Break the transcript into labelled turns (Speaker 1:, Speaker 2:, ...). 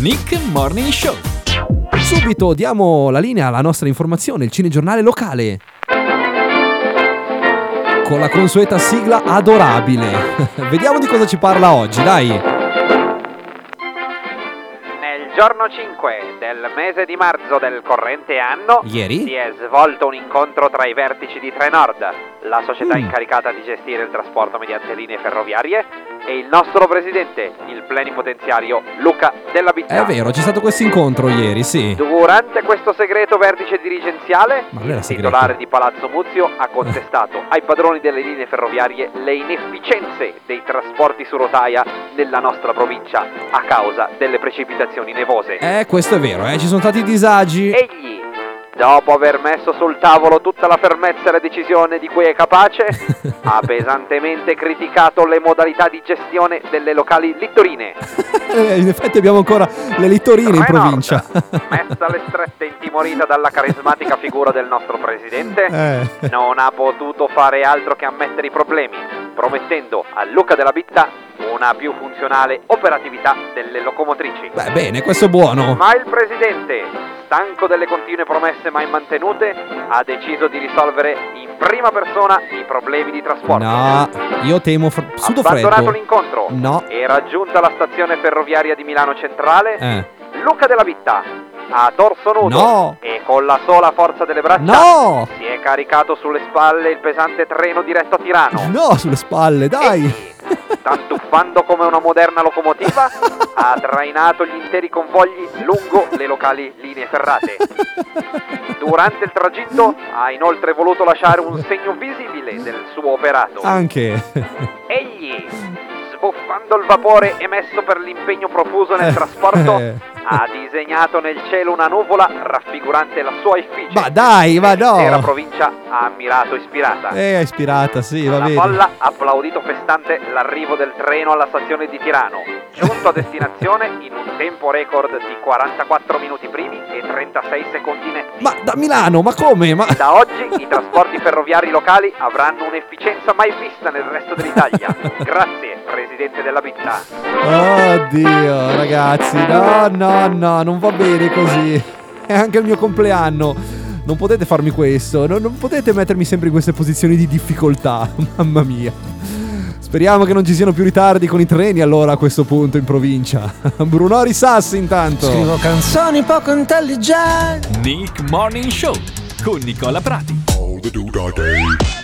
Speaker 1: Nick Morning Show.
Speaker 2: Subito diamo la linea alla nostra informazione, il cinegiornale locale. Con la consueta sigla adorabile. Vediamo di cosa ci parla oggi, dai.
Speaker 3: Nel giorno 5 del mese di marzo del corrente anno si
Speaker 2: Ieri?
Speaker 3: è svolto un incontro tra i vertici di Trenord, la società
Speaker 2: Mm.
Speaker 3: incaricata di gestire il trasporto mediante linee ferroviarie, e il nostro presidente, il plenipotenziario Luca Della Bizzana.
Speaker 2: È vero, c'è stato questo incontro ieri, sì.
Speaker 3: Durante questo segreto vertice dirigenziale,
Speaker 2: Ma non era
Speaker 3: il
Speaker 2: segreto. Eh.
Speaker 3: titolare di Palazzo Muzio ha contestato ai padroni delle linee ferroviarie le inefficienze dei trasporti su rotaia nella nostra provincia a causa delle precipitazioni nevose.
Speaker 2: Eh, questo è vero, eh, ci sono stati disagi.
Speaker 3: Egli, dopo aver messo sul tavolo tutta la fermezza e la decisione di cui è capace, ha pesantemente criticato le modalità di gestione delle locali littorine.
Speaker 2: Eh, In effetti abbiamo ancora le littorine in
Speaker 3: Trenord,
Speaker 2: provincia.
Speaker 3: messa alle strette e intimorita dalla carismatica figura del nostro presidente,
Speaker 2: Eh.
Speaker 3: non ha potuto fare altro che ammettere i problemi, promettendo a Luca della Bitta una più funzionale operatività delle locomotrici.
Speaker 2: Beh, bene, questo è buono.
Speaker 3: Ma il presidente, stanco delle continue promesse mai mantenute, ha deciso di risolvere in prima persona i problemi di trasporto.
Speaker 2: No, io temo fr-
Speaker 3: ha
Speaker 2: sudo
Speaker 3: abbandonato
Speaker 2: freddo.
Speaker 3: l'incontro
Speaker 2: No.
Speaker 3: e raggiunta la stazione ferroviaria di Milano Centrale,
Speaker 2: Eh.
Speaker 3: Luca della Vitta, a torso nudo
Speaker 2: No.
Speaker 3: e con la sola forza delle braccia,
Speaker 2: No!
Speaker 3: si è caricato sulle spalle il pesante treno diretto a Tirano.
Speaker 2: No, sulle spalle, dai!
Speaker 3: Egli, Tantuffando come una moderna locomotiva, ha trainato gli interi convogli lungo le locali linee ferrate. Durante il tragitto ha inoltre voluto lasciare un segno visibile del suo operato.
Speaker 2: Ah. Anche.
Speaker 3: Egli, sbuffando il vapore emesso per l'impegno profuso nel trasporto,
Speaker 2: Eh.
Speaker 3: ha disegnato nel cielo una nuvola raffigurante la sua effigie.
Speaker 2: Ma dai, ma
Speaker 3: L'intera
Speaker 2: no!
Speaker 3: provincia ha ammirato ispirata.
Speaker 2: Eh, è ispirata, sì, va
Speaker 3: La
Speaker 2: bene.
Speaker 3: folla ha applaudito festante l'arrivo del treno alla stazione di Tirano, giunto a destinazione in un tempo record di 44 minuti primi e 36 secondi netti.
Speaker 2: Ma da Milano, ma come? Ma...
Speaker 3: Da oggi i trasporti ferroviari locali avranno un'efficienza mai vista nel resto dell'Italia. Grazie, Presidente della Bitta.
Speaker 2: Oddio, ragazzi, no, no, no, non va bene così. È anche il mio compleanno. Non potete farmi questo, non, non potete mettermi sempre in queste posizioni di difficoltà, mamma mia. Speriamo che non ci siano più ritardi con i treni allora a questo punto in provincia. Brunori Sassi intanto.
Speaker 4: Scrivo canzoni poco intelligenti.
Speaker 1: Nick Morning Show con Nicola Prati.
Speaker 5: All the doodah day.